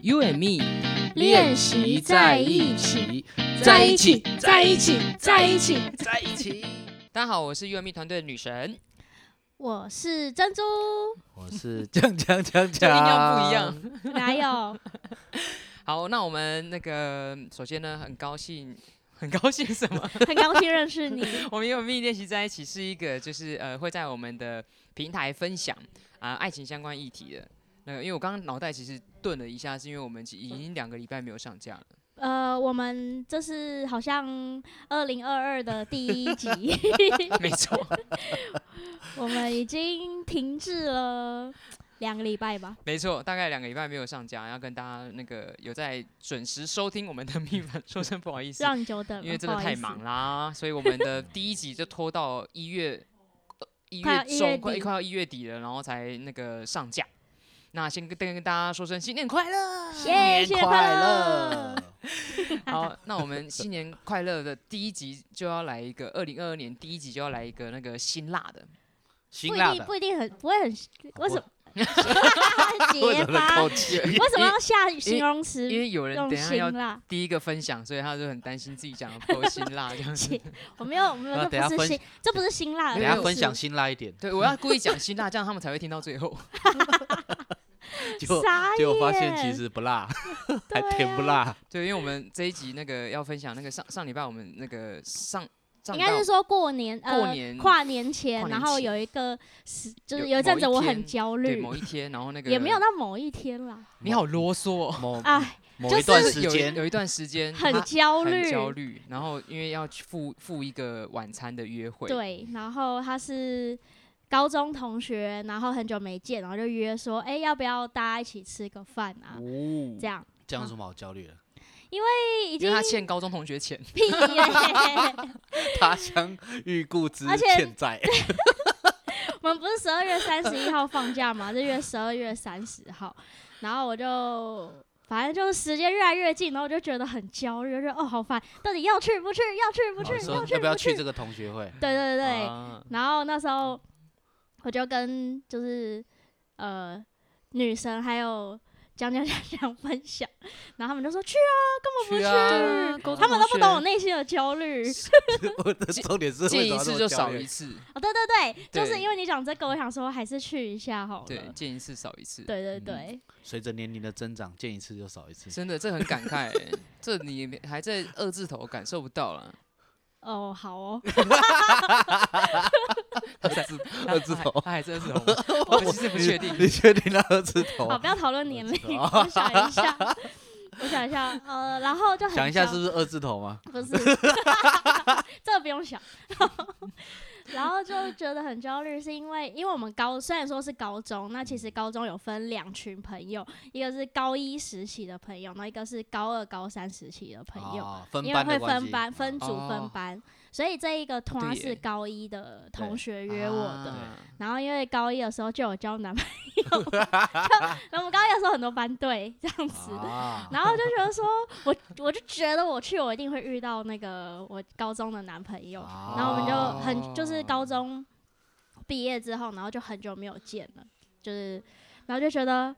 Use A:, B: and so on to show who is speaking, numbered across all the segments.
A: You and me
B: 练习在一起，
A: 在一起，在一起，在一起，
C: 在一起。
A: 大家好，我是 You and me 团队的女神。
B: 我是珍珠，
C: 我是锵锵锵锵，
A: 这音调不一样。
B: 哪有？
A: 好，那我们那个首先呢，很高兴，很高兴什么？
B: 很高兴认识你。
A: 我们 You and me 练习在一起是一个，就是呃会在我们的平台分享啊、爱情相关议题的。那个，因为我刚刚脑袋其实顿了一下，是因为我们已经两个礼拜没有上架了。
B: 呃，我们这是好像二零二二的第一集，
A: 没错，
B: 我们已经停滞了两个礼拜吧。
A: 没错，大概两个礼拜没有上架，要跟大家那个有在准时收听我们的蜜粉， 说声不好意思，
B: 让你久等了，
A: 因为真的太忙啦，所以我们的第一集就拖到一月呃一
B: 快要
A: 月
B: 一
A: 中，
B: 月
A: 快
B: 底
A: 快要一月底了，然后才那个上架。那先跟跟跟大家说声新年快乐，
B: 不好意思，耶，新年快乐！！
A: 好，那我们新年快乐的第一集就要来一个，二零二二年第一集就要来一个那个辛辣的，
C: 辛
B: 不一
C: 辣
B: 定，
C: 的
B: 不，一定很，不会很，为什么？
C: 为
B: 结
C: 什么的
B: 巴
C: 口？气？
B: 为什么要下形容词
A: 因为有人
B: 嗯用
A: 等一下要
B: 辛辣？
A: 第一个分享，所以他就很担心自己讲的不够辛辣这样子
B: 切。我没有，我没
C: 那
B: 有，
C: 等下
B: 这不
C: 分
B: 是辛，这不是辛辣的故
C: 等一
B: 事，
C: 下分享辛辣一 点，
A: 对，我要故意讲辛辣，这样他们才会听到最后。
C: 结果
B: 傻
C: 结果发
B: 眼
C: 现其实不辣，还
B: 对
C: 甜不
B: 啊
C: 辣。
A: 对，因为我们这一集那个要分享那个上上礼拜我们那个上上
B: 应
A: 礼
B: 该
A: 拜
B: 是说过年，呃，
A: 过年
B: 跨年前，
A: 跨年
B: 然后
A: 前
B: 有一个时，就是
A: 有
B: 有一阵子
A: 某一
B: 我
A: 天
B: 很焦
A: 对
B: 虑，
A: 某一天，然后那个
B: 也没有到某一天啦，
A: 你好啰嗦、哦，
C: 某
B: 哎，
C: 某
B: 就
C: 一 段
B: 是
C: 时
A: 有一
C: 间，
A: 有一段时间
B: 很
A: 他
B: 焦
A: 很
B: 虑，
A: 焦虑，然后因为要去赴赴一个晚餐的约会，，
B: 对，然后他是高中同学，然后很久没见，然后就约说，哎、要不要大家一起吃个饭啊？
C: 哦
B: 这样，
C: 这样有什么好焦虑的？
B: 哎已
A: 因
B: 经
A: 为他欠高中同学钱，
B: 屁了。
C: 他乡遇故知
B: 而且
C: 欠债，
B: 我们不是十二月三十一号放假嘛，这月十二月三十号，然后我就反正就是时间越来越近，然后我就觉得很焦虑，就觉得哦好烦，到底要去不去？要去不去
C: 哦你？说
B: 要
C: 要
B: 去
C: 不要
B: 不
C: 去
B: 去？
C: 这个同 学会？
B: 对对对，
A: 啊
B: 然后那时候我就跟就是呃女生还有讲讲讲讲分享，然后他们就说去啊，根本
C: 去
B: 不
C: 啊
B: 去，他们都不懂我内心的焦虑。
C: 我的重点是
A: 见一次就少一
C: 一。
A: 次，
B: 哦，对对对，
A: 对
B: 就是因为你讲这个，我想说还是去一下好了。
A: 对，见一次少一次，
B: 对对
C: 嗯
B: 对，
C: 随着年龄的增长，见一次就少一次。
A: 真的这很感慨、欸，这你也没还在二字头感受不到了，
B: 哦好哦，
C: 二字二字头
A: 他还，他还是二字 头吗，我其实不确定，
C: 你确定那二字头？
B: 好不要讨论年龄，
C: 哦
B: 我想一下，我想一下，呃，然后就很
C: 想一下
B: 焦
C: 是不是二字头吗？
B: 不是， 这不用想。 然后就觉得很焦虑，是因为因为我们高虽然说是高中，那其实高中有分两群朋友，一个是高一时期的朋友，那一个是高二、高三时期的朋友，
C: 哦分
B: 因为
C: 班的
B: 会
C: 关
B: 分
C: 系
B: 班、分组、
A: 哦
B: 分班，所以这一个团
A: 对耶
B: 是高一的同学约我的，
A: 啊
B: 然后因为高一的时候就有交男朋友，就那我们高一的时候很多班队这样子，
C: 啊
B: 然后就觉得说，我我就觉得我去，我一定会遇到那个我高中的男朋友，
C: 啊
B: 然后我们就很就是高中毕业之后，然后就很久没有见了，就是然后就觉得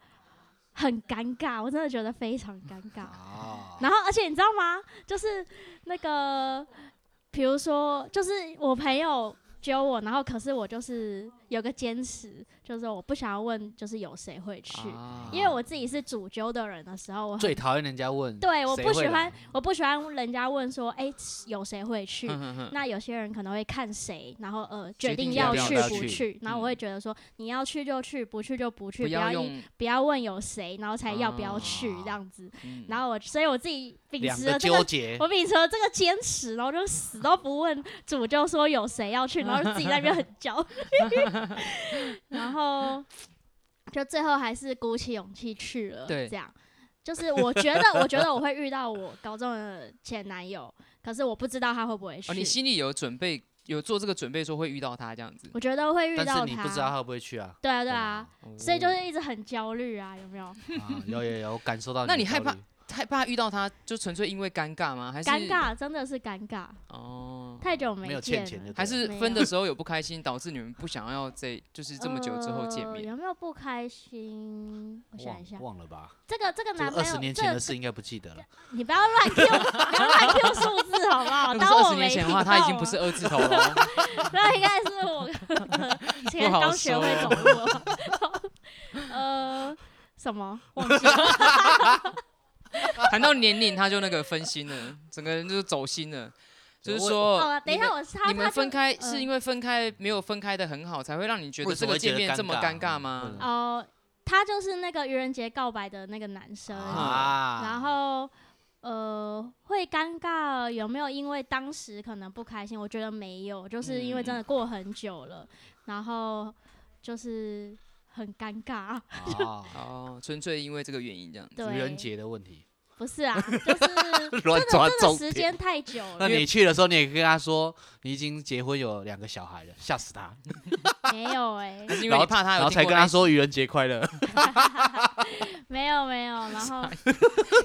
B: 很尴尬，我真的觉得非常尴尬。
C: 啊
B: 然后而且你知道吗？就是那个，比如说，就是我朋友揪我，然后可是我就是有个坚持，就是我不想要问，就是有谁会去。
A: 啊
B: 因为我自己是主揪的人的时候，我很
C: 最讨厌人家问，
B: 对，我
C: 谁
B: 不
C: 会
B: 喜欢
C: 来，
B: 我不喜欢人家问说，哎、有谁会去？
A: 哼哼哼
B: 那有些人可能会看谁，然后呃决
A: 嗯决定
B: 定
A: 要
B: 要
A: 不要
B: 去
C: 要
B: 不
C: 去
B: 去，然后
A: 嗯
B: 我会觉得说你要去就去，不去就不去，
A: 不
B: 不要
A: 要
B: 一
A: 用，
B: 不要问有谁，然后才要不要去
C: 啊
B: 这样子。
A: 嗯
B: 然后我所以我自己秉
C: 两
B: 持
C: 个
B: 了啊这
C: 纠
B: 个，
C: 结，
B: 我秉持了这个坚持，然后就死都不问主就说有谁要 去，然后就自己在那边很焦虑， 然后就最后还是鼓起勇气去了。
A: 对
B: 这样就是我觉得，我觉得我会遇到我高中的前男友，可是我不知道他会不会去。
A: 哦，你心里有准备，有做这个准备，说会遇到他这样子。
B: 我觉得会遇
C: 但是
B: 到
C: 你不知道
B: 他。
C: 他会不会去啊？
B: 对啊，对啊，
A: 哦
B: 所以就是一直很焦虑啊，有没有？
C: 啊，有有有，我感受到的焦
A: 那
C: 虑。
A: 你害怕害怕遇到他，就纯粹因为尴尬吗？还是
B: 尴尬真的是尴尬，
A: 哦？
B: 太久
C: 没有
B: 见
C: 欠
B: 了，
C: 钱就对
A: 还
C: 了
A: 是
B: 没
A: 分
B: 有
A: 的时候有不开心，导致你们不想要这就是这么久之后见
B: 呃
A: 面？
B: 有没有不开心？我想一下
C: 忘，忘了吧？
B: 这个这个
C: 这
B: 男
C: 个二
B: 朋友，
C: 十年
B: 这
C: 前的
B: 个
C: 事应该不记得了。
B: 你不要乱 Q，不要乱 Q 数字好不呃 好？
A: 如果
B: 当
A: 是二
B: 我
A: 十
B: 没
A: 年
B: 听
A: 前
B: 到
A: 的话，他已经不是
B: 啊，
A: 二字头了。哦
B: 那应该是 我前
A: 不好
B: 刚学会走
A: 说
B: 路了。 呃，什么？忘记了。
A: 谈到年龄，他就那个分心了，整个人就走心了。就是
C: 我
A: 说，
B: 好了，啊等一
A: 哦你
B: 下
A: 们
B: 我他
A: 你
B: 他
A: 们
B: 就
A: 分开
B: 嗯
A: 是因为分开没有分开的很好，才会让你觉得
C: 为什
A: 这个
C: 么会觉
A: 见
C: 得
A: 面这么尴尬
C: 尴尬
A: 吗
C: 嗯？
B: 哦，他就是那个愚人节告白的那个男生，
A: 啊
B: 然后。呃，会尴尬有没有？因为当时可能不开心，我觉得没有，就是因为真的
A: 嗯
B: 过很久了，然后就是很尴 尬。
C: 啊，
A: 哦，纯粹因为这个原因这样子。
B: 对，
C: 愚人节的问题，
B: 不是 啊，就是
C: 乱抓
B: 真的
C: 重
B: 时
C: 点。
B: 间太久
C: 那
B: 了，
C: 你去的时候，你也跟他说你已经结婚有两个小孩了，吓死他，
B: 没有 哎、
A: 还是因为
C: 然后
A: 你怕他
C: 然
A: 有
C: 后
A: 听
C: 才
A: 过哎
C: 跟
A: 那
C: 他
A: 一
C: 说愚人节快乐。
B: 没有没有，然后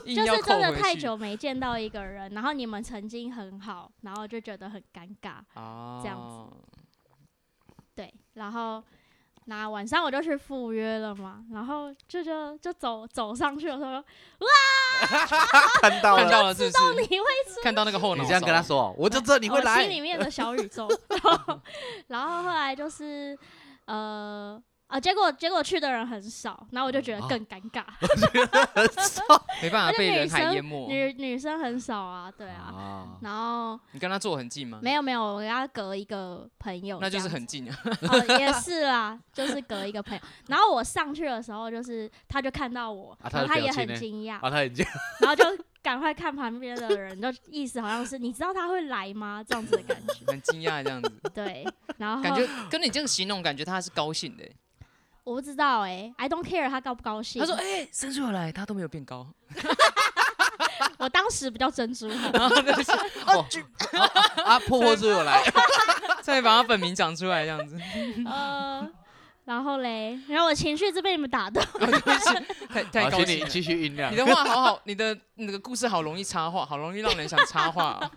A: 硬
B: 就
A: 要
B: 是
A: 扣
B: 真的
A: 回
B: 太
A: 去
B: 久没见到一个人，然后你们曾经很好，然后就觉得很尴尬，
A: 哦，
B: 这样对，然后那晚上我就去赴约了嘛，然后就就就走走上去，我说
C: 看到
A: 看
C: 了，
A: 到了是不
B: 你
A: 是？
B: 会
A: 看到那个后脑
C: 你
A: 勺，
C: 这样跟他说，我就知道 你会
B: 哦我
C: 来
B: 心。里面的小宇 宙，然后然后后来就是呃。啊，结果结果去的人很少，然后我就觉得更尴尬。
C: 嗯
A: 没办
B: 而
A: 法
B: 且
A: 被
B: 女
A: 人海
B: 生
A: 淹
C: 哦
A: 没。
B: 女女生很少啊，对啊。
C: 啊，
B: 然后
A: 你跟他坐很近吗？
B: 没有没有，我跟他隔一个朋友，
A: 那就是
B: 这样
A: 很近啊。
B: 子、哦、也是啦，就是隔一个朋友。然后我上去的时候，就是他就看到我，
C: 啊他
B: 然
C: 的
B: 后他
C: 表
B: 也
C: 情
B: 很
C: 呢
B: 惊讶，
C: 啊，他已经
B: 然后就赶快看旁边的人，就意思好像是你知道他会来吗？这样子的感觉。
A: 很惊讶这样子，
B: 对，然后
A: 感觉跟你这样形容，感觉他是高兴的欸。
B: 我不知道哎、i don't care 他高不高兴。
A: 他说：“哎，生出来他都没有变高。
B: 我当时比较 珍珠，好
A: 然后就是”
C: 啊，婆婆是 有来，
A: 再把他本名讲出来这样子，嗯
B: 呃，然后嘞，然后我情绪是被你们打的，
A: 太太
C: 好，
A: 高
C: 啊
A: 兴
C: 请你
A: 了。
C: 继续酝酿
A: 你。的话好好，你的你的故事好容易插话，好容易让人想插 话哦、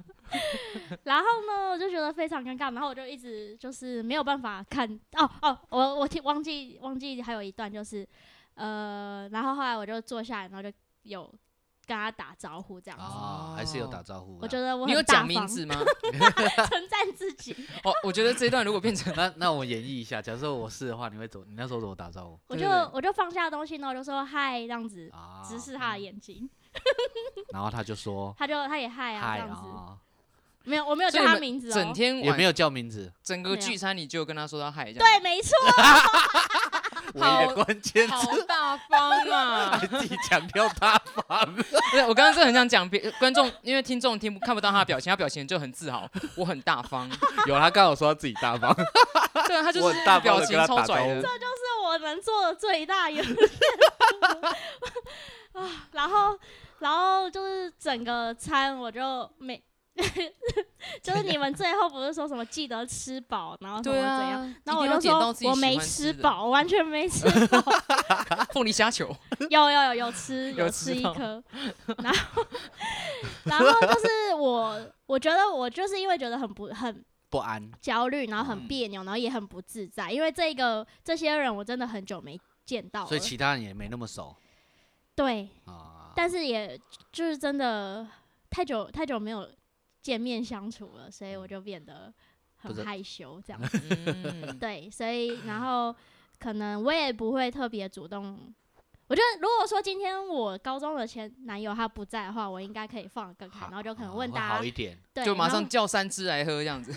B: 然后呢，我就觉得非常尴尬，然后我就一直就是没有办法看。哦哦，我我听忘记忘记还有一段就是，呃，然后后来我就坐下来，然后就有跟他打招呼这样子。
C: 啊，还是有打招呼
B: 我
C: 的。
B: 觉得我
A: 哦你有
B: 很大
A: 讲
B: 方，
A: 名字吗？
B: 称赞自己。
A: 哦，我觉得这一段如果变成
C: 那那我演绎一下，假设我是的话，你会怎么？你那时候怎么打招呼
B: 我
A: 对
B: 就
A: 对对哦
B: 我就放下东西，然后我就说嗨这样子，
C: 啊？
B: 直视
A: 嗯
B: 他的眼睛，
C: 然后他就说
B: 他就他也嗨啊
C: 嗨
B: 这样子。
C: 啊，
B: 没有，我没有
A: 哦所
B: 叫
A: 以你
B: 他
A: 们
B: 名字
A: 整
B: 哦。
A: 天
C: 也
A: 晚
C: 没有叫 名字，
A: 整
B: 没
A: 个
B: 有
A: 聚餐，你就有跟他说到嗨这样，
B: 对，没错，
C: 唯一的关键
A: 好大方啊！
C: 自己强调他 方。
A: 不是，我刚刚是很想讲别观众，因为听众听不看不到他的表情，他表情就很自豪，我很大 方。
C: 有他刚好说他自己 大方，
A: 对，啊他就
C: 我
A: 是
C: 很大方
A: 表
C: 地
A: 情
C: 跟他
A: 超
C: 打
A: 拽的，
C: 招
B: 是我能做的最大优点啊。然后，然后就是整个餐我就没， 就是你们最后不是说什么记得吃饱，然后什么
A: 对
B: 怎样？
A: 啊。
B: 然
A: 一
B: 后我
A: 定要
B: 就
A: 点到
B: 说
A: 自己
B: 我
A: 喜
B: 没
A: 欢
B: 吃
A: 的，
B: 饱，我 完全没吃饱。
A: 凤梨虾 球，
B: 有有有 有吃
A: 有
B: 有
A: 吃
B: 吃一
A: 到
B: 颗， 然后 然后就是我，我觉得我就是因为觉得很不很
C: 不安。
B: 焦虑，然后很
A: 嗯
B: 别扭，然后也很不自在，因为这个这些人我真的很久没见到
C: 所
B: 了
C: 以，其他人也没那么熟
B: 对，
C: 啊。
B: 但是也就是真的太久太久没有见面相处了，所以我就变得
C: 嗯不
B: 很
C: 是
B: 害羞这样。
A: 嗯，
B: 对，所以然后可能我也不会特别主动。我觉得如果说今天我高中的前男友他不在的话，我应该可以放得更开，然后就可能问
C: 啊会
B: 大
C: 好
B: 家，
C: 一点，
B: 对，
A: 就马
B: 然后
A: 上叫三只来喝这样子。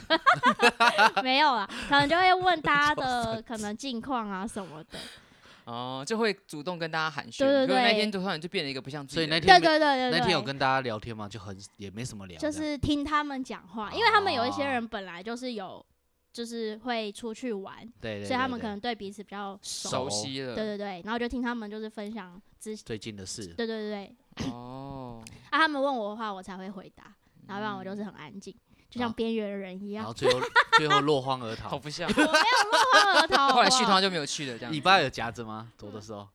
B: 没有啊，可能就会问大家 的可能近况啊什么的。
A: 哦，就会主动跟大家寒暄。
B: 对对
A: 结果那
B: 对
A: 天突然就变得一个不像自己
C: 所以
A: 的
C: 那
A: 人。
B: 对
C: 天没
B: 对对
C: 那天有
B: 对对，
C: 跟大家聊天吗？就很也没什么聊这
B: 就
C: 样，
B: 是听他们讲话，因为他们有一些
C: 哦
B: 人本来就是有就是会出去玩，
C: 对，对
B: 所以他
C: 对
B: 们可
C: 对
B: 能对彼此比较熟。
A: 熟悉了。
B: 对对对，然后就听他们就是分享之，
C: 最近的事
B: 对对对对，
A: 哦，
B: 啊，他们问我的话，我才会回答，然后不然我就是很安静，就像
C: 嗯好
B: 边缘人一
C: 然
B: 样。
C: 后最后最后落荒而
A: 好
C: 逃。
A: 不像。
B: 我没有落荒而逃。
A: 后来续
B: 好不好
A: 他就没有去了，这样
C: 尾
A: 子。
C: 巴有夹子吗？走的时候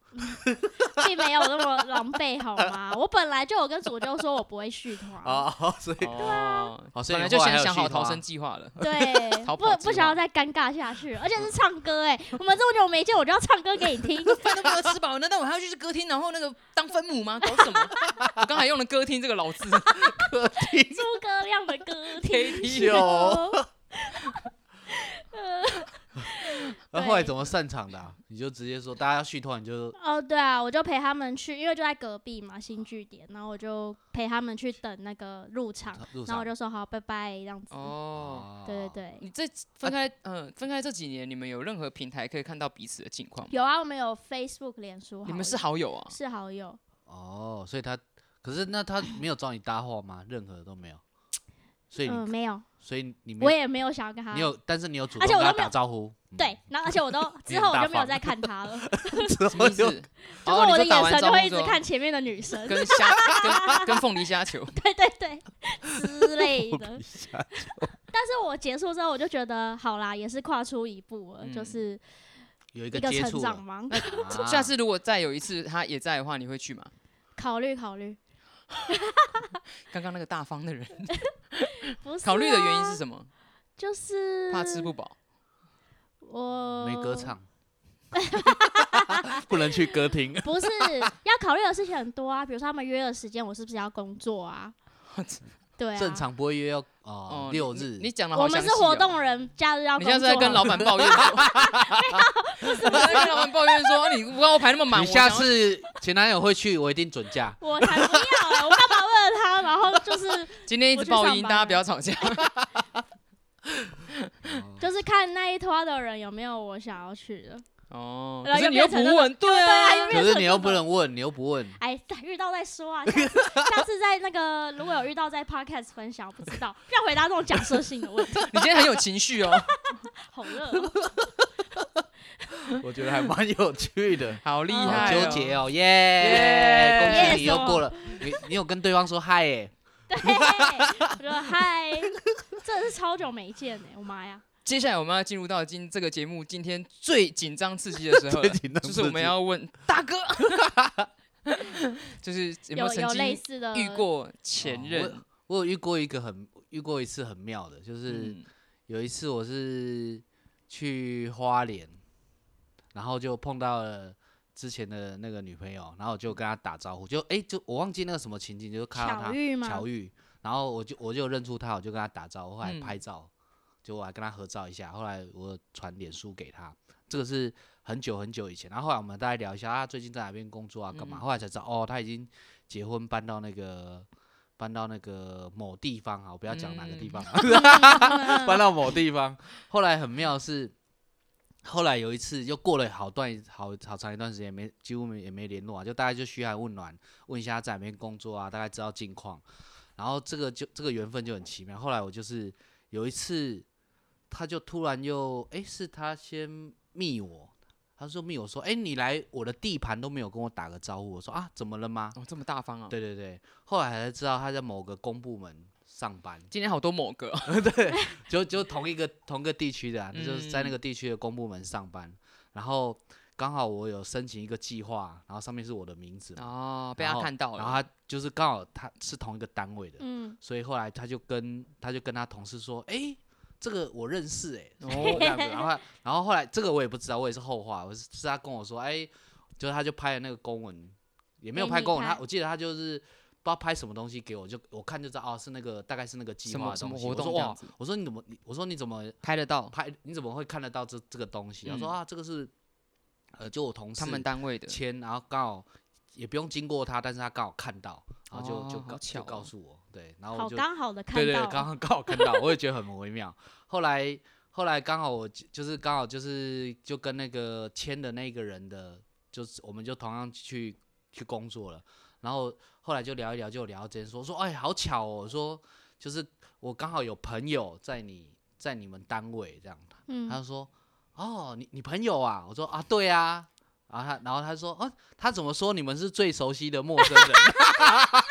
B: 并没有那么狼狈好吗？我本来就有跟主就说我不会续团，
C: 哦，所以
A: 哦，
C: 哦所以
A: 本来
C: 你
A: 就
C: 后来
A: 想
C: 还有
A: 想
C: 续
A: 好逃
C: 团
A: 生计划了。
B: 对，
A: 逃
B: 不
A: 跑计
B: 不想
A: 划
B: 要再尴尬下去，而且是唱歌哎、我们这么久没见，我就要唱歌给你听。
A: 饭都没有吃饱，难道我还要去歌厅，然后那个当分母吗？搞什么？我刚才用了“歌厅”这个老字，
B: 诸葛亮的歌
A: KT
B: 听
C: 有
B: 说，
A: 哦
B: 呃
C: 那后来
B: 对
C: 怎么散场的啊、你就直接说大家要续团，你就
B: 哦，对啊，我就陪他们去，因为就在隔壁嘛，新据点，然后我就陪他们去等那个入场，
C: 入
B: 然后
C: 场
B: 我。就说好，拜拜这样子。
A: 哦，
B: 对对，对，
A: 你这分开，嗯、分开这几年，你们有任何平台可以看到彼此的近况吗？
B: 有啊，我们有 Facebook、脸书好友，
A: 你们是好友 啊？
B: 是好友，
C: 哦，所以他可是那他没有找你搭话吗？任何都没有，所以你、
B: 嗯，没有，
C: 所以你没
B: 我
C: 有，
B: 也没有想要跟他
C: 你。有，但是你有主
B: 而
C: 动
B: 且
C: 跟
B: 我
C: 他
B: 都没有
C: 打招呼，嗯
B: 对，然后而且 我都
C: 你
B: 之
C: 很
B: 后
C: 大
B: 我就没有
C: 方
B: 再看他了，就
C: 之
A: 什么
C: 后
A: 意思
C: 就？
B: 是
A: 哦，
B: 我
A: 你
B: 的
A: 说打
B: 眼
A: 完
B: 神就
A: 招
B: 会
A: 呼
B: 一
A: 之
B: 直
A: 后，
B: 看前面的女生，
A: 跟虾跟跟凤梨虾球，
B: 对对对之 类的。
C: 一下
B: 但是我结束之后，我就觉得好啦，也是跨出一步了，就
A: 嗯
B: 是
C: 有一
B: 一
C: 个
B: 个
C: 接
B: 成
C: 触
B: 长
C: 了，
B: 嘛。
C: 啊
A: 下次如果再有一次他也在的话，你会去吗？
B: 考虑考虑，
A: 刚刚那个大方的人，
B: 不是
A: 考虑的原因
B: 啊
A: 是什么？
B: 就是
A: 怕吃不饱。
B: 我
C: 没 歌，唱，不能去歌厅。
B: 不是 要考虑的事情很多啊，比如说他们约的时间，我是不是要工 作啊？对啊，
C: 正。常不会约要哦
A: 你
C: 六
A: 你
C: 日，
A: 你讲的
B: 我
A: 好
B: 们
A: 详细
B: 是
A: 哦
B: 活动人，假日要
A: 你
B: 工作。
A: 现在
B: 啊
A: 是在跟老板抱 怨说，你在跟老板抱怨说啊你不让我排那么满，
C: 你
A: 我想
C: 下
A: 要
C: 次前男友会去，我一定准 假。
B: 我才不要哎、我干嘛为了他，然后就是
A: 今天一直爆音，大家不要吵架。
C: 嗯
B: 就是看那一拖的人有没有我想要去的。
A: 哦，
B: 然
A: 可是
B: 后又
A: 你又
B: 变
A: 不
B: 成那种
A: 问，对
B: 对啊
A: 啊
B: 又，
C: 可是你又不能问，你又不问，
B: 哎，遇到再 说啊，下次下次在那个如果有遇到在 podcast 分享，我不知道要回答这种假设性的问题，
A: 你今天很有情绪 哦。
B: 好热、哦。
C: 我觉得还蛮有趣的。
A: 好厉
C: 好
A: 害、
C: 纠
A: 哦，
C: 结哦，
A: 耶
C: 耶！恭喜你
B: 耶
C: 又
B: 什么
C: 过了，你你有跟对方说嗨耶？
B: 对，我说嗨，真的是超久没见哎、我妈呀！
A: 接下来我们要进入到今这个节目今天最紧张刺激的时 候了，就是我们要问大 哥，就是有没
B: 有
A: 曾
B: 有类
A: 经
B: 似的
A: 遇过前任？
C: 哦我有遇过一个很遇过一次很妙的，就是
A: 嗯
C: 有一次我是去花莲，然后就碰到了之前的那个女朋友，然后我就跟她打招呼，就哎、就我忘记那个什么情景，就是看到
B: 巧
C: 她
B: 遇吗？
C: 巧遇，然后我就我就认出她，我就跟她打招呼，后来
A: 嗯
C: 拍照，就我还跟她合照一下，后来我传脸书给她，这个是很久很久以前，然后后来我们大概聊一下她啊最近在哪边工作啊，干嘛，
A: 嗯
C: 后来才知道哦，她已经结婚搬到那个。搬到那个某地方啊，我不要讲哪个地
A: 嗯
C: 方，
B: 嗯
C: 搬到某地方。后来很妙是，后来有一次又过了好段好好长一段时间没几乎没也没联络啊，就大概就嘘寒问暖，问一下他在哪边工作啊，大概知道近况。然后这个就这个缘分就很奇妙。后来我就是有一次，他就突然又诶，是他先密我。他说密我说，诶，你来我的地盘都没有跟我打个招呼。我说啊，怎么了吗？
A: 哦，这么大方啊！
C: 对对对，后来才知道他在某个公部门上班。
A: 今天好多某个哦，
C: 就就同一个同个地区的、啊，就是在那
A: 嗯
C: 个地区的公部门上班，然后刚好我有申请一个计划，然后上面是我的名字嘛，
A: 哦，被
C: 然
A: 他
C: 后
A: 看到
C: 然后
A: 了，
C: 他就是刚好他是同一个单位的，
B: 嗯，
C: 所以后来他就跟他就跟他同事说，哎、这个我认识哎、
A: 哦
C: 这样子， 然后他然后后来这个我也不知道，我也是后话，我是是他跟我说，哎、就是他就拍了那个公文，也没有
B: 给
C: 拍
B: 你
C: 公文，
B: 拍
C: 他我记得他就是不知道拍什么东西给我，就我看就知道哦，是那个大概是那个计
A: 什
C: 划
A: 么
C: 的
A: 什么
C: 东西，
A: 活
C: 我说
A: 动这样
C: 哇，
A: 子，
C: 我说你怎么你我说你怎么
A: 拍得到
C: 拍你怎么会看得到这这个东西？他说
A: 嗯
C: 啊，这个是呃，就我同事
A: 他们单位的，
C: 签，然后刚好也不用经过他，但是他刚好看到，然后就、就
A: 哦好
C: 告
A: 巧
C: 就告
A: 哦
C: 诉我，对，然后我
B: 好
C: 就
B: 刚好的看
C: 对对，
B: 到
C: 对刚
B: 了，
C: 好刚好看到，我也觉得很微妙。后来后来刚好我就就是刚好就是就跟那个签的那个人的，就是我们就同样去去工作了，然后后来就聊一聊，就有聊到这件事，说说哎，好巧哦，说就是我刚好有朋友在你在你们单位这样，他
B: 嗯，
C: 就说：“哦，你你朋友啊？”我说：“啊，对啊。”然后他，然后他说：“哦，他怎么说你们是最熟悉的陌生人？”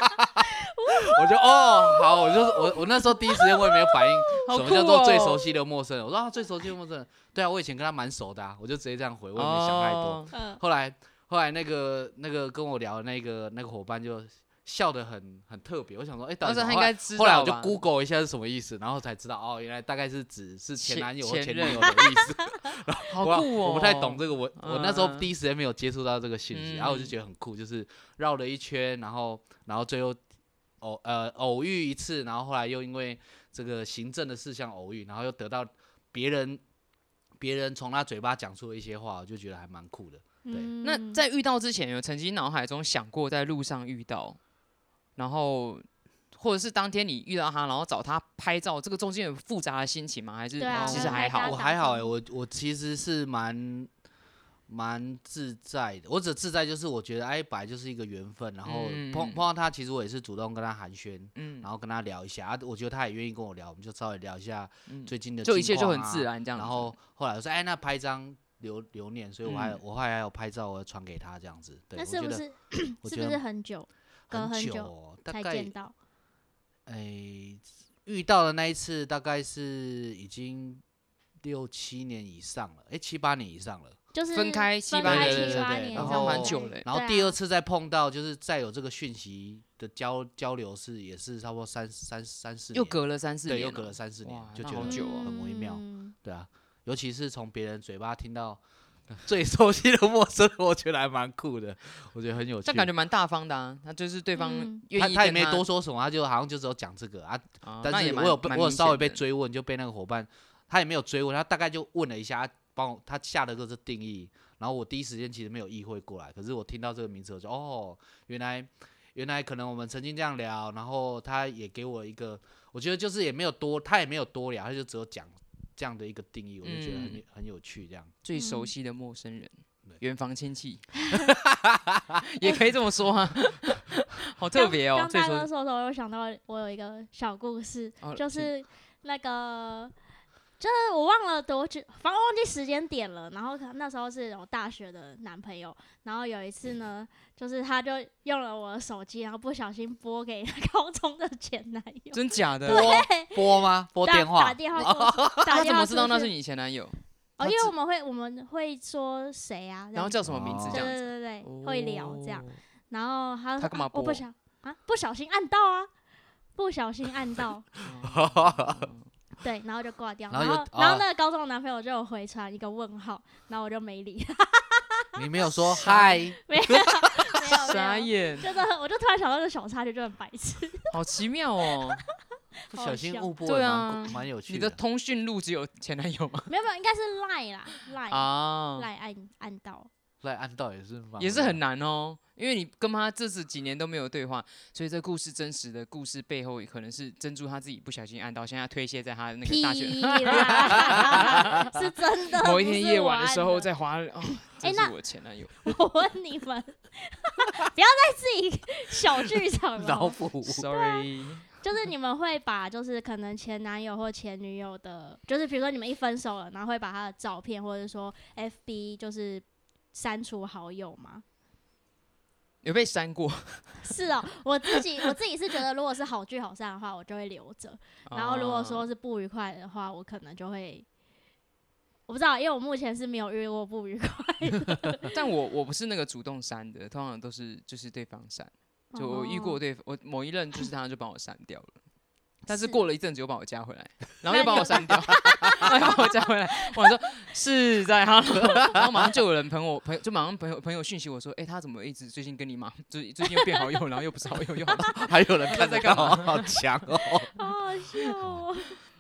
C: 我就哦，好，我就我我那时候第一时间我也没有反应，
A: 好
C: 什么
A: 酷
C: 叫做最熟
A: 哦
C: 悉的陌生人？我说啊，最熟悉的陌生人，对啊，我以前跟他蛮熟的啊，我就直接这样回，我也没想太多。
A: 哦
B: 嗯
C: 后来后来那个那个跟我聊的那个那个伙伴就笑得很很特别，我想说，哎、到
A: 但
C: 底
A: 是
C: 怎
A: 哦他
C: 么了
A: 应该知道
C: 后来我就
A: 吧
C: Google 一下是什么意思，然后才知道哦，原来大概是指是前
A: 前
C: 男友或
A: 前
C: 前女
A: 任
C: 友的意思。
A: 好
C: 我啊
A: 酷哦！
C: 我不太懂这个，我我那时候
A: 嗯
C: 第一时间没有接触到这个信息，然后我就
A: 嗯
C: 觉得很酷，就是绕了一圈，然后然后最后偶呃偶遇一次，然后后来又因为这个行政的事项偶遇，然后又得到别人别人从他嘴巴讲出的一些话，我就觉得还蛮酷的。
B: 嗯
A: 那在遇到之前，有曾经脑海中想过在路上遇到，然后或者是当天你遇到他，然后找他拍照，这个中间有复杂的心情吗？还是
B: 对啊
A: 其实
B: 跟
A: 还
B: 大家
A: 好
C: 我
B: 打
C: 还好哎、
B: 招
C: 我我其实是蛮蛮自在的，我只自在就是我觉得哎，本来就是一个缘分，然后
A: 嗯
C: 碰碰到他，其实我也是主动跟他寒暄，
A: 嗯，
C: 然后跟他聊一下，啊、我觉得他也愿意跟我聊，我们就稍微聊一下
A: 嗯
C: 最近的、啊
A: 就一切就很自。然这样子。
C: 然后后来我说，哎，那拍一张留留念，所以我还、
A: 嗯
C: 我后来还有拍照，我传给他这样子。对，
B: 那是
C: 我觉
B: 不
C: 得
B: 是
C: 我
B: 是
C: 觉
B: 不
C: 得
B: 是很久隔很
C: 久
B: 久
C: 哦、大
B: 才
C: 概
B: 见到？
C: 哎遇到的那一次大概是已经六七年以上了，哎七八年以上了。
B: 就是
A: 分开七
B: 分
A: 八
B: 开
A: 年
B: 七
A: 对
B: 八
C: 对对
B: 年，
C: 然
A: 后蛮
B: 这样
A: 久了欸
C: 然后
B: 对
C: 第
B: 啊
C: 二次再碰到，就是再有这个讯息的交交流是也是差不多三三三四年，
A: 又隔了三四
C: 对
A: 年，
C: 又隔了，三四年
A: 哇，
C: 就
A: 那
C: 觉得
A: 好久哦
C: 很微妙。
B: 啊嗯
C: 对啊，尤其是从别人嘴巴听到最熟悉的陌生人， 我觉得还蛮酷的，我觉得很有趣。
A: 但感觉蛮大方的啊。他就是对方
B: 嗯
A: 愿意跟
C: 他他也没多，说什么，他就好像就只有讲这个啊。
A: 啊那
C: 但
A: 也
C: 是我
A: 蛮
C: 有被
A: 蛮
C: 我有
A: 明
C: 稍微
A: 显
C: 被
A: 的
C: 追问，就被那个伙伴他也没有追问，他大概就问了一下，他帮我他下了个这定义，然后我第一时间其实没有意会过来，可是我听到这个名词，我就哦，原来原来可能我们曾经这样聊，然后他也给我一个，我觉得就是也没有多，他也没有多聊，他就只有讲这样的一个定义，我就觉得很、
A: 嗯
C: 很有趣这样。
A: 最熟
B: 嗯
A: 悉的陌生人
C: 对，
A: 远房亲 戚，也可以这么说啊，好特别哦
B: 刚。
A: 最
B: 大
A: 熟
B: 哥说的时候，我有想到我有一个小故事，
A: 哦
B: 就
A: 请
B: 是那个，就是我忘了多久，反正忘记时间点了。然后可能那时候是我大学的男朋友，然后有一次呢，
A: 嗯
B: 就是他就用了我的手机，然后不小心拨给他高中的前男友，
A: 真假的，
C: 拨拨吗？拨
B: 打
C: 电话？
B: 打电话 说，打
A: 他怎
B: 电话
A: 么知道那
B: 出
A: 是
B: 去？
A: 你前男友？
B: 哦，
A: 他
B: 因为
A: 知
B: 我们会我们会说谁啊，这
A: 然后
B: 样
A: 叫什么名字
C: 哦
A: 这
B: 对
A: 样
B: 对
A: 子？
B: 对对，对会聊这样。
A: 哦。
B: 然后他就
A: 他
B: 说
A: 干嘛
B: 啊我
A: 拨
B: 不想啊，不小心按到啊，不小心按到。对，然后就挂掉。
C: 然后
B: 然
C: 就
B: 后，
C: 哦
B: 然后那个高中的男朋友就有回传一个问号，然后我就没 理他，
C: 你没有说嗨，
B: 没有，没
A: 傻
B: 有，没有。
A: 眼，
B: 就是很我就突然想到这个小插曲，就很白痴。
A: 好奇妙哦！
C: 不
B: 好
C: 小心
B: 笑
C: 误拨
A: 对
C: 也
A: 啊
C: 蛮酷蛮有趣
A: 你的通讯录只有前男友吗？
B: 没有没有，应该是赖啦，赖
A: 啊，
B: 赖按按到。
C: 来按到也是蛮
A: 也是很难哦，因为你跟他这次几年都没有对话，所以这故事真实的故事背后可能是珍珠他自己不小心按到，现在推卸在他那个
B: 屁
A: 大学
B: 啦，是真的。
A: 某一
B: 不
A: 天
B: 是
A: 夜
B: 我
A: 晚的时
B: 按
A: 候
B: 的哎
A: 在滑， 哦，这
B: 那
A: 是我前男友。
B: 我问你们， 不要再自己小剧 场了好
C: 脑
B: 吗。
C: 补。
A: Sorry，
B: 就是你们会把，就是可能前男友或前女友的，就是比如说你们一分手了，然后会把他的照片或者说 FB 就是删除好友吗？
A: 有被删过，
B: 是哦，我自己 我自己是觉得，如果是好聚好散的话，我就会留着；
A: 哦
B: 然后如果说是不愉快的话，我可能就会，我不知道，因为我目前是没有遇过不愉快。
A: 哦，但我我不是那个主动删的，通常都是就是对方删， 就我遇过
B: 哦，
A: 对我某一任就是他就帮我删掉了。但是
B: 是
A: 过了一阵子又把我加回 来，然
B: 那
A: 后又
B: 你
A: 把我
B: 有
A: 删掉， 然后又把我加回来。我想说是在哈喽，然后马上就有人朋友朋友就马上朋友朋友讯息我说，哎、他怎么一直最近跟你妈最最近又变好友，然后又不是好友又好了，
C: 还有人看得
A: 在干
C: 到，
A: 嘛
C: 好强哦！
B: 好好笑哦，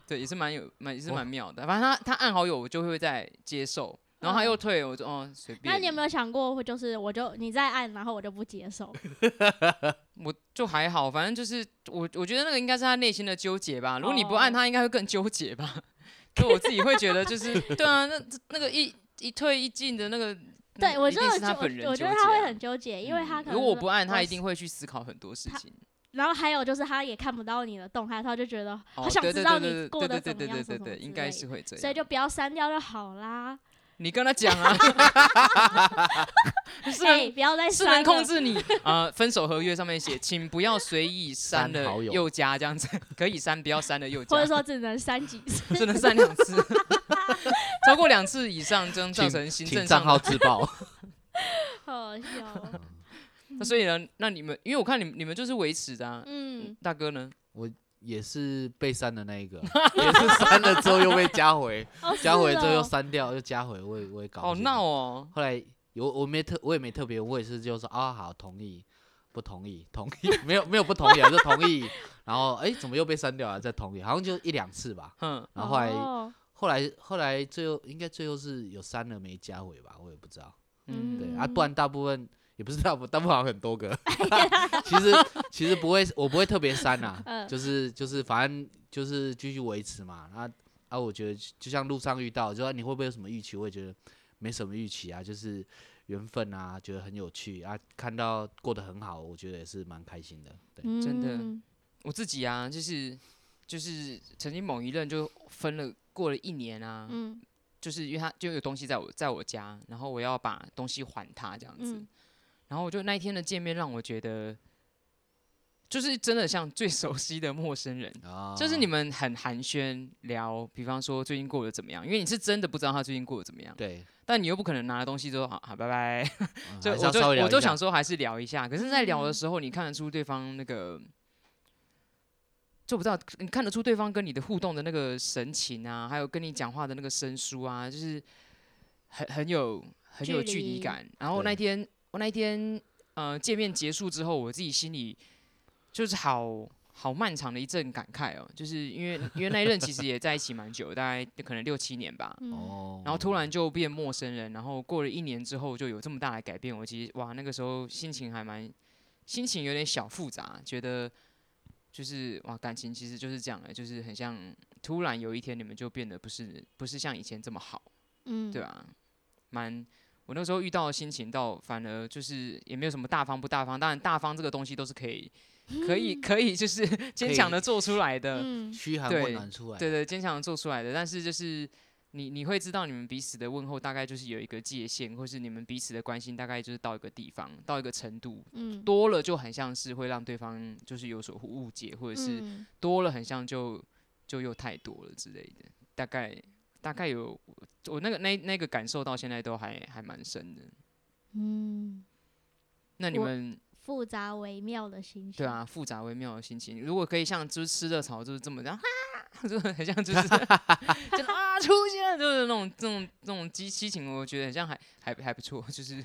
A: 对，也是蛮有蛮也是
C: 哇
A: 蛮妙的。反正他他按好友我就会在接受，然后他又退，我就哦随便。
B: 那你有没有想过，就是我就你再按，然后我就不接受？
A: 我就还好，反正就是我，我觉得那个应该是他内心的纠结吧。如果你不按
B: 哦
A: 他，应该会更纠结吧。就我自己会觉得，就是 对啊，那这那个一一退一进的那个，那
B: 对，我
A: 一
B: 就
A: 定是
B: 是
A: 他
B: 觉
A: 本人
B: 我
A: 纠
B: 觉得
A: 结
B: 他会
A: 啊
B: 很纠结，因为他
A: 嗯
B: 可能
A: 如果我
B: 是
A: 不按，他一
B: 是
A: 定会去思考很多事
B: 他
A: 情。
B: 然后还有就是他也看不到你的动态，他就觉得
A: 哦，
B: 好想
A: 对
B: 知
A: 对
B: 道
A: 对
B: 你
A: 对
B: 过
A: 对
B: 得
A: 对
B: 怎
A: 对
B: 么
A: 对
B: 样，
A: 对
B: 什
A: 对
B: 么
A: 对，
B: 什么
A: 应
B: 之
A: 该
B: 类
A: 是
B: 的
A: 会这样。
B: 所以就不要删掉就好啦。
A: 你跟他讲 啊， 是
B: 哎、
A: 能
B: 不要再
A: 是
B: 删
A: 能
B: 了。
A: 控制你啊。分手合约上面写，请不要随意删
C: 删好
A: 了
C: 友
A: 又加这样子，可以删不要删了又加
B: 或者。说只能删几 次，
A: 只能删两次， 超过两次以上，将造成行
C: 请
A: 政
C: 账
A: 上的
C: 号自爆。
B: 好笑。
A: 那所以呢，那你们因为我看你们你们就是维持的啊，
B: 嗯，
A: 大哥呢？
C: 也是被删的那 一个，也是删了之后又被加回，
B: 哦
C: 加回之后又
B: 是哦
C: 删掉，又加回，我也我也搞不
A: 好
C: 清
A: 闹哦，
C: 后来有我没特我也没特别，我也是就说啊好同意，不同意 同意，没有没有不同意啊，就同 意。然后哎、怎么又被删掉了？再同意，好像就一两次吧。
A: 哼，
C: 然后后来、
B: 哦
C: 后来后来最后应该最后是有删了没加回吧，我也不知道。
A: 嗯，哎
C: 对、啊，
B: 嗯
C: 不然大部分也不是大部分大部分好像很多 个，其实其实不会，我不会特别删啊，
B: 嗯
C: 就是就是反正就是继续维持嘛。啊啊，我觉得就就像路上遇到，就说你会不会有什么预期？我也觉得没什么预期啊，就是缘分啊，觉得很有趣啊，看到过得很好，我觉得也是蛮开心的。对，
A: 真的
B: 嗯
A: 我自己啊，就是就是曾经某一任就分了，过了一年啊，
B: 嗯
A: 就是因为他就有东西在我在我家，然后我要把东西还他这样子，
B: 嗯
A: 然后我就那一天的见面让我觉得，就是真的像最熟悉的陌生人，
C: 啊
A: 嗯就是你们很寒暄聊，比方说最近过得怎么样，因为你是真的不知道他最近过得怎么样，
C: 对，
A: 但你又不可能拿了东西之后好好拜拜，
C: 嗯
A: 就
C: 还是要
A: 我就
C: 稍微聊
A: 我
C: 一
A: 就
C: 下
A: 想说还是聊一下，可是，在聊的
B: 嗯
A: 时候，你看得出对方那个，就不知道你看得出对方跟你的互动的那个神情啊，还有跟你讲话的那个生疏啊，就是很很有很有
B: 距
A: 距离
B: 离
A: 感。然后那
C: 对
A: 天我那天呃见面结束之后，我自己心里就是好。好漫长的一阵感慨哦，就是因为因为那一任其实也在一起蛮久，大概可能六七年吧。
B: 嗯，
C: 哦，
A: 然后突然就变陌生人，然后过了一年之后就有这么大的改变，我其实哇，那个时候心情还蛮，心情有点小复杂，觉得就是哇，感情其实就是这样的，就是很像突然有一天你们就变得不是不是像以前这么好，
B: 嗯
A: 对吧、蛮。我那时候遇到的心情，倒反而就是也没有什么大方不大方，当然大方这个东西都是可以，可以可以就是 坚强的做出来的，
B: 嗯
C: 嘘寒
A: 对
C: 问暖出来，
A: 对对，坚强地做出来的。但是就是你你会知道你们彼此的问候大概就是有一个界限，或是你们彼此的关心大概就是到一个地方，到一个程度。
B: 嗯，
A: 多了就很像是会让对方就是有所误解，或者是
B: 嗯
A: 多了很像就就又太多了之类的。大概大概有我那个那那个感受到现在都还还蛮深的。
B: 嗯
A: 那你
B: 我
A: 们
B: 复杂微妙的心情。
A: 对，啊，复杂微妙的心情。如果可以像就是吃热炒就是这么这样，哈， 就是很像 就是就啊出现了就是那种这种这种激激情，我觉得很像还还还不错，就是。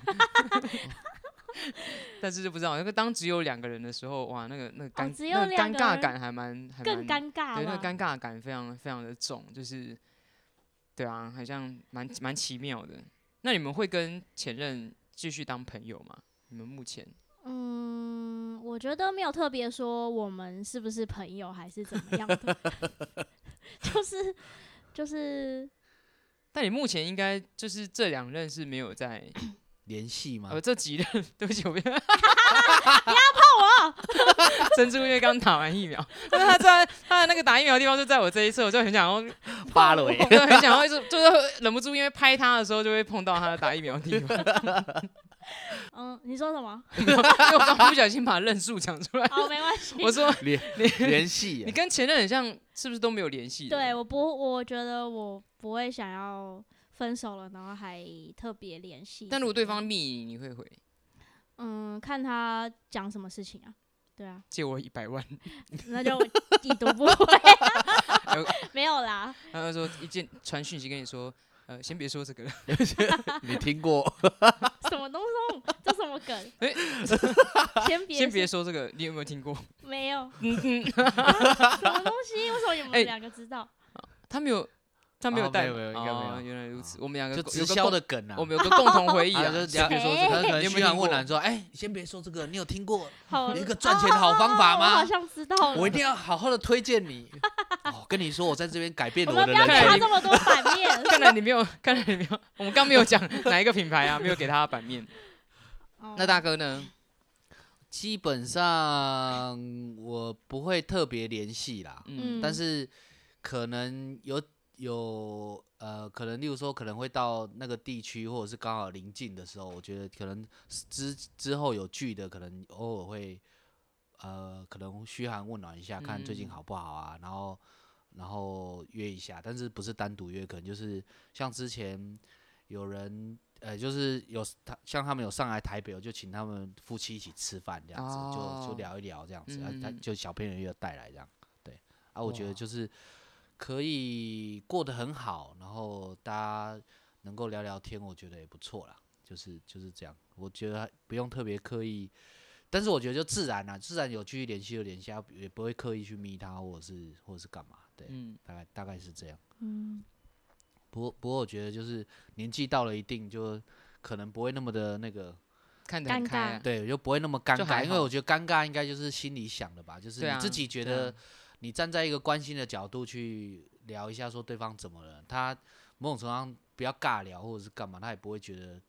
A: 但是就不知道，那个当只有两个人的时候，哇，那个那个尴、
B: 哦只有
A: 那个尴
B: 两个
A: 尬
B: 人
A: 感还蛮还蛮
B: 更尴尬
A: 对，那
B: 了。
A: 个尴尬感非常非常的重，就是对啊，好像蛮蛮奇妙的。那你们会跟前任继续当朋友吗？你们目前
B: 嗯，我觉得没有特别说我们是不是朋友还是怎么 样的，就是就是
A: 但你目前应该就是这两任是没有在，
C: 联系嘛
A: 呃，，这几任， 对不起，我 不要，不要碰我。珍珠因为刚打完疫苗， 但是他在他的那个打疫苗的地方就在我这一侧，我就很想要，
C: 八 了
A: 我就很想要，就就是忍不住，因为拍他的时候就会碰到他的打疫苗的地方，
B: 嗯，你说什么？
A: 因为我刚不小心把任数讲出来。
B: 哦，没关系。
A: 我说
C: 联联系耶，
A: 你跟前任很像，是不是都没有联系？
B: 对，，我不，我觉得我不会想要分手了，然后还特别联系什么。
A: 但如果对方密你，你会回
B: 嗯，看他讲什么事情啊？对啊，
A: 借我一百万？
B: 那就已读不回、
A: 哎
B: 没有啦，
A: 然后他说一件传讯息跟你说，呃，先别说这个了。
C: 你听过？
B: 什么东西？这什么梗？
A: 哎
B: 先别
A: 先别
B: 说
A: 说这个，你有没有听过？
B: 没有
A: 嗯嗯，
B: 什么东西，为什么你
A: 哎
B: 们两个知道？
A: 他没有，他没有
C: 哦
A: 带
C: 没
A: 吗，
C: 有没有应该没有
A: 哦原来如此，我们两个
C: 就
A: 共
C: 直
A: 有个
C: 销
A: 共
C: 的梗啊
A: 我。们有个共同回忆
C: 啊，
A: 啊，
C: 就是
A: 先别说
B: 哎
A: 这
C: 他
A: 个，
C: 可能
A: 你有没
C: 嘘
A: 有
C: 寒
A: 听过
C: 问暖说，哎，你先别说这个，你有听过
B: 好
C: 有一个赚钱的好方法
B: 哦我好
C: 吗？
B: 像知道了。
C: 我一定要好好的推荐你。哦，跟你说，我在这边改变
B: 我
C: 了
B: 们
C: 我
B: 不
C: 的
B: 要
C: 人
B: 给他
C: 生。
B: 这么多反面。
A: 看来你没有， 看来你没有，我们刚没有讲哪一个品牌啊，没有给他版面。
B: 哦
A: 那大哥呢？
C: 基本上我不会特别联系啦，
A: 嗯，
C: 但是可能有有呃，可能例如说可能会到那个地区，或者是刚好临近的时候，我觉得可能之之后有聚的，可能偶尔会呃，可能嘘寒问暖一下，看最近
A: 嗯
C: 好不好啊，然后然后约一下，但是不是单独约，可能就是像之前有人。呃，就是有他像他们有上来台北，我就请他们夫妻一起吃饭这样子，就
A: 哦
C: 就聊一聊这样子，啊他
A: 嗯
C: 就小朋友也有带来这样，对啊，我觉
A: 哇
C: 得就是可以过得很好，然后大家能够聊聊天，我觉得也不错啦，就是就是这样，我觉得不用特别刻意。但是我觉得就自然啦、自然有去联系就联系啊，也不会刻意去密他或者是或者是干嘛，对，
A: 嗯，
C: 大概大概是这样。
B: 嗯，
C: 不过不过我觉得就是年纪到了一定，就可能不会那么的那个，
A: 看得很
B: 尴
A: 开、
B: 尬
A: 啊，
C: 对，就不会那么尴
A: 就还
C: 尬，因为
A: 好
C: 我觉得尴尬应该就是心里想的吧，就是
A: 对啊
C: 你自己觉
A: 对啊
C: 得你站在一个关心的角度去聊一下，说对方怎么了，他某种程度上不要尬聊或者是干嘛，他也不会觉得。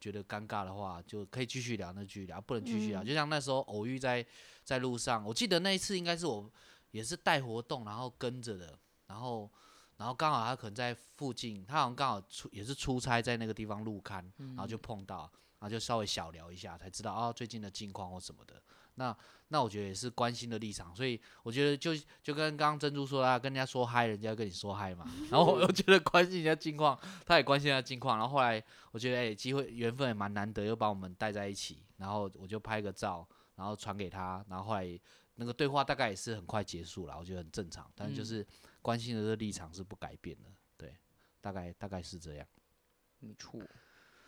C: 觉得尴尬的话，就可以继续聊，那继续聊；不能继续聊，
B: 嗯
C: 就像那时候偶遇在在路上，我记得那一次应该是我也是带活动，然后跟着的，然后然后刚好他可能在附近，他好像刚好出也是出差在那个地方录刊，然后就碰到，然后就稍微小聊一下，才知道啊最近的近况或什么的。那那我觉得也是关心的立场，所以我觉得就就跟刚刚珍珠说啦，跟人家说嗨，人家跟你说嗨嘛。 然后我又觉得关心人家近况，他也关心人家近况。然后后来我觉得哎，机会缘分也蛮难得，又把我们带在一起。然后我就拍个照，然后传给他。然后后来那个对话大概也是很快结束了，我觉得很正常。但就
A: 嗯
C: 是关心的这个立场是不改变的，对，大概大概是这样。
A: 没错。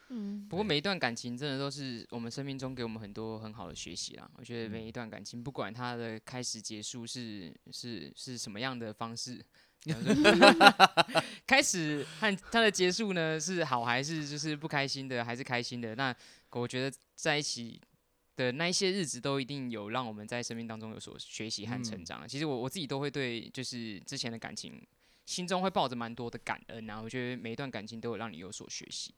B: 嗯，
A: 不过
C: 对
A: 每一段感情真的都是我们生命中给我们很多很好的学习啦。我觉得
C: 嗯
A: 每一段感情，不管它的开始、结束是是是什么样的方式，然后就 开始和它的结束呢是好还是就是不开心的，还是开心的？那我觉得在一起的那一些日子，都一定有让我们在生命当中有所学习和成
C: 嗯
A: 长啊。其实我我自己都会对就是之前的感情，心中会抱着蛮多的感恩啊。我觉得每一段感情都有让你有所学习。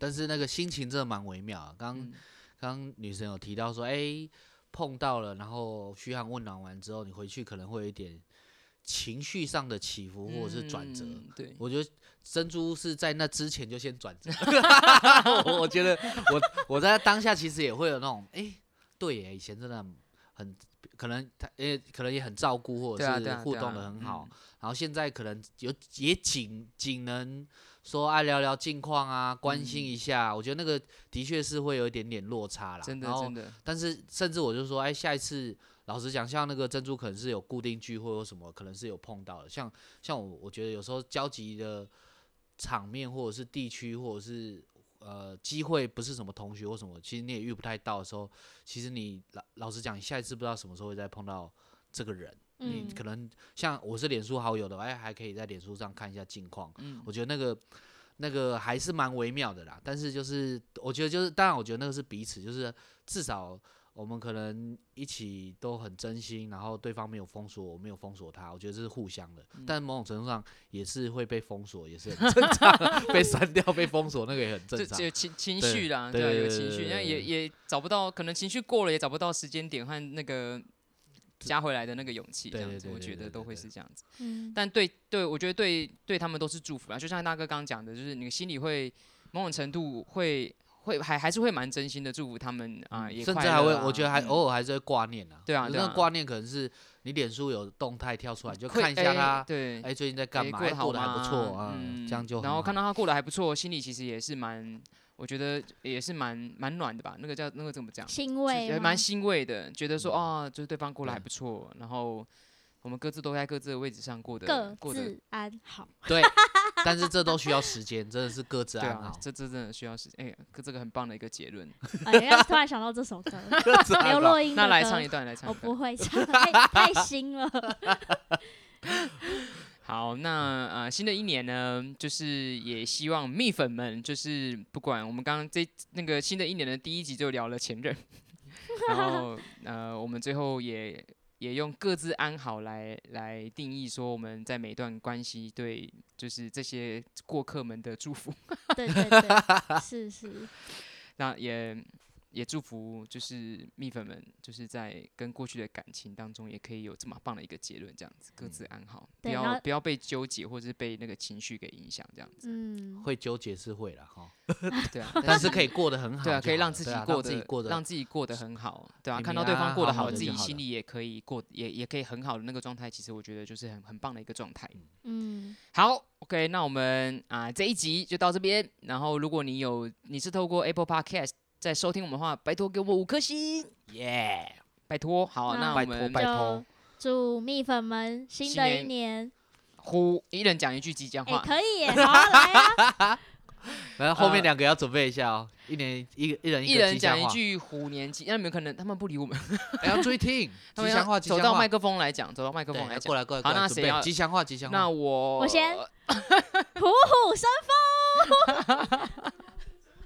C: 但是那个心情真的蛮微妙啊。刚
A: 嗯
C: 刚女生有提到说，哎、碰到了，然后嘘寒问暖完之后，你回去可能会有一点情绪上的起伏或者是转折。
A: 嗯对，
C: 我觉得珍珠是在那之前就先转 折，我我觉得我我在当下其实也会有那种，哎、对耶，以前真的很很可能他也可能也很照顾或
A: 对啊对
C: 者是
A: 啊
C: 互
A: 对啊
C: 动的很好，
A: 嗯
C: 然后现在可能有也仅仅能说啊聊聊近况啊，关
A: 嗯
C: 心一下，我觉得那个的确是会有一点点落差啦，
A: 真的
C: 然后
A: 真的，
C: 但是甚至我就说，哎，下一次老实讲，像那个珍珠可能是有固定聚会或什么，可能是有碰到的。像像我，我觉得有时候交集的场面或者是地区或者是呃机会，不是什么同学或什么，其实你也遇不太到的时候，其实你老老实讲，你下一次不知道什么时候会再碰到这个人。
B: 嗯
C: 你可能像我是脸书好友的，哎，还可以在脸书上看一下近况。
A: 嗯，
C: 我觉得那个那个还是蛮微妙的啦。但是就是我觉得就是，当然我觉得那个是彼此，就是至少我们可能一起都很真心，然后对方没有封锁我，没有封锁他，我觉得这是互相的。
A: 嗯
C: 但某种程度上也是会被封锁，也是很正常， 被删掉、被封锁那个也很
A: 这
C: 正常
A: 这。有情情
C: 对
A: 绪啦，
C: 对
A: 啊，
C: 对
A: 有
C: 对
A: 情
C: 对
A: 绪，
C: 对
A: 那也
C: 对
A: 也找不到，可能情绪过了也找不到时间点和那个加回来的那个勇气，这
C: 对
A: 样
C: 对
A: 子，
C: 对
A: 我觉
C: 对对
A: 得
C: 对
A: 都会
C: 对
A: 是这样子。
B: 嗯
A: 但对对，我觉得对对他们都是祝福啦，就像大哥刚刚讲的，就是你心里会某种程度会会还还是会蛮真心的祝福他们啊，也
C: 嗯甚
A: 快
C: 至还会，
A: 乐啊
C: 我觉得还
A: 嗯
C: 偶尔还是会挂念啊。
A: 对啊
C: 有
A: 对
C: 那
A: 啊
C: 个挂念可能是你脸书有动态跳出来，你就
A: 会
C: 看一下
A: 哎
C: 他，
A: 对，
C: 哎，最近在
A: 哎
C: 干嘛？
A: 过
C: 哎
A: 得好
C: 过得还
A: 吗
C: 不错啊，
A: 嗯，
C: 这样就很
A: 然后
C: 好
A: 看到他过得还不错，心里其实也是蛮，我觉得也是蛮蛮暖的吧。那个叫那个怎么讲？
B: 欣
A: 是
B: 慰
A: 也
B: 吗
A: 蛮欣慰的，觉得说
C: 嗯
A: 啊，就是对方过得还
C: 对
A: 不错，然后我们各自都在各自的位置上过得
B: 各
A: 过得。
B: 自安好，
C: 对，但是这都需要时间，真的是各自
A: 对
C: 安
A: 啊
C: 好，。
A: 这这真的需要时间。哎、可这个很棒的一个结论。
B: 哎，呀突然想到这首歌，
C: 各自安
B: 刘
C: 好
B: 若英的
A: 那来
B: 歌
A: 唱一段，来唱
B: 我
A: 一段。
B: 不会唱，太太新了。
A: 好，那呃，新的一年呢，就是也希望蜜粉们，就是不管我们刚刚这那个新的一年的第一集就聊了前任， 然后呃，我们最后也也用各自安好来来定义说我们在每一段关系对就是这些过客们的祝福。
B: 对对对，是是，
A: 那也也祝福就是蜜粉们，就是在跟过去的感情当中，也可以有这么棒的一个结论，这样子各自安好，不
B: 对然
A: 要
B: 后
A: 不要被纠结或者是被那个情绪给影响，这样子，
B: 嗯，
C: 会纠结是会了哈，
A: 对啊，
C: 但是可
A: 以。
C: 以过得很好就
A: 对
C: 好
A: 啊，
C: 了，
A: 可以让自己
C: 对啊
A: 过
C: 自己
A: 得
C: 过得
A: 让自己过得很好，对啊，
C: 平
A: 看到
C: 平
A: 对
C: 安
A: 方
C: 安
A: 过得
C: 好好
A: 好，
C: 的
A: 自
C: 就
A: 己
C: 好了
A: 心里也可以过，也也可以很好的那个状态，其实我觉得就是很很棒的一个状态。
B: 嗯，
A: 好，OK，那我们啊、这一集就到这边。然后，如果你有你是透过 Apple Podcast 在收听我们的话，拜托给我们五颗星，
C: 耶，
A: 拜托。好，
B: 那
A: 那
C: 拜
A: 我
C: 托
A: 们
C: 拜
B: 就
C: 托，
B: 祝蜜粉们新的一
A: 新
B: 年，
A: 呼一人讲一句吉祥
B: 哎、
A: 话。
B: 可以耶，好好来啊，
C: 然后后面
A: 呃
C: 两个要准备一下哦，一年一个一人
A: 一
C: 个
A: 人
C: 吉
A: 讲
C: 祥
A: 一
C: 话，
A: 句虎年吉，那你们可能他们不理 我们，
C: 哎要注意听
A: 他
C: 吉
A: 们
C: 祥话，
A: 要
C: 吉
A: 走
C: 祥
A: 到
C: 话
A: 麦克风来讲，走到麦克
C: 对
A: 风来
C: 过
A: 讲。
C: 来过来
A: 好
C: 过来，
A: 那
C: 准
A: 谁
C: 备
A: 要
C: 吉祥话吉祥
A: 那
C: 话，
A: 我
B: 我先 虎虎 生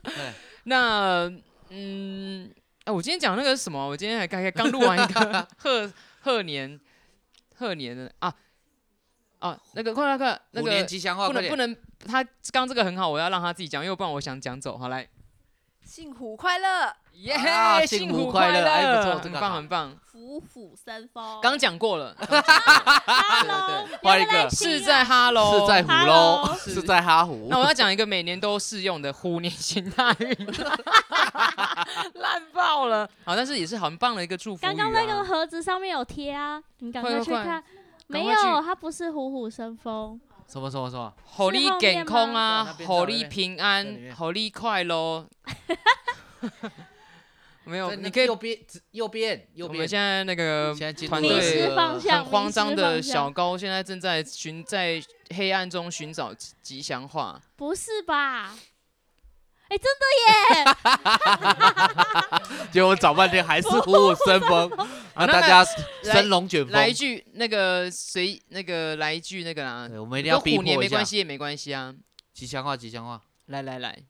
C: 对
A: 那嗯，哎、我今天讲那个什么，我今天还刚刚录完一 个贺贺年贺年的啊啊，那个快快快，那
C: 虎年
A: 个
C: 吉祥话，
A: 不
C: 快
A: 能
C: 点
A: 不能，他刚这个很好，我要让他自己讲，因为不然我想讲走。好来，
D: 幸福快乐，
A: 耶、
C: 啊幸
A: 幸
C: 福
A: 福
C: 快乐
A: 乐，
C: 哎不错这
A: 很
C: 个
A: 棒
C: 好
A: 很棒，
D: 虎虎生风。
A: 刚讲过 了，
B: ，Hello，
C: 换一个
A: 是在 Hello，
C: 是在虎喽，
B: Hello
C: 是在哈虎
A: 那，我要讲一个每年都适用的虎年行大运，烂爆了。 好，但是也是很棒的一个祝福语啊、
B: 刚刚那个盒子上面有贴啊，你赶快
A: 快
B: 去
A: 快快
B: 看。没
A: 赶快
B: 有，它不是虎虎生风，
C: 什么什么什么，
A: 虎
B: 是
A: 力
B: 后
A: 健
B: 面
A: 康
B: 吗
A: 啊
C: 对那，边
A: 虎
C: 到那
A: 力
C: 边
A: 平
C: 在里
A: 安，
C: 面
A: 虎力快乐。 没有，
C: 在那
A: 你可以
C: 右。边只右边右
A: 我
C: 边
A: 们，现在那个
C: 现在进
A: 团
C: 入
A: 队
B: 迷
C: 了
B: 失方向，
A: 很慌张
B: 迷失
A: 的
B: 方向
A: 小，高，现在正在寻在黑暗中寻找吉吉祥话。
B: 不是吧？ 哎，真的 耶！
C: 结果我找半天还是虎虎生 风，啊，
A: 那
C: 大
A: 来
C: 家生龙卷风
A: 来一。句那个谁，那个来一句那个啦，
C: 对哎我们一定
A: 跟
C: 要逼
A: 虎年
C: 迫
A: 没
C: 一下
A: 关。系也没关系啊。
C: 吉祥话，吉祥话，
A: 来来来，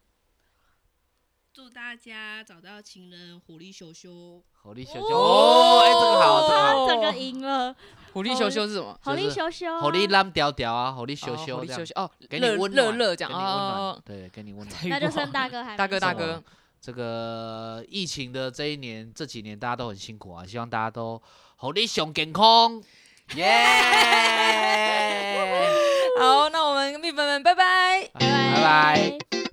D: 祝大家找到情人，虎力咻咻。
C: 好力小
A: 哦
C: 哦，哎，这个好，这个
B: 他
C: 好。
B: 整个赢了，
A: 虎力
B: 猴
A: 修修是什么？
B: 哦好
C: 就
B: 力
C: 是
B: 咻咻啊，
C: 好力浪屌屌啊，好力羞
A: 哦
C: 羞
A: 虎力
C: 这
A: 修
C: 样
A: 修， 哦，
C: 给你
A: 热
C: 温
A: 热
C: 暖
A: 热这样
C: 给你温暖
A: 哦。
C: 对，给你温暖。
B: 那就剩大哥还
A: 大哥
B: 没
A: 大
B: 说
A: 哥，
C: 这个疫情的这一年，这几年大家都很辛苦啊，希望大家都好力熊健康， 耶！
A: 好，那我们蜜粉们拜拜。
B: 拜
C: 拜拜。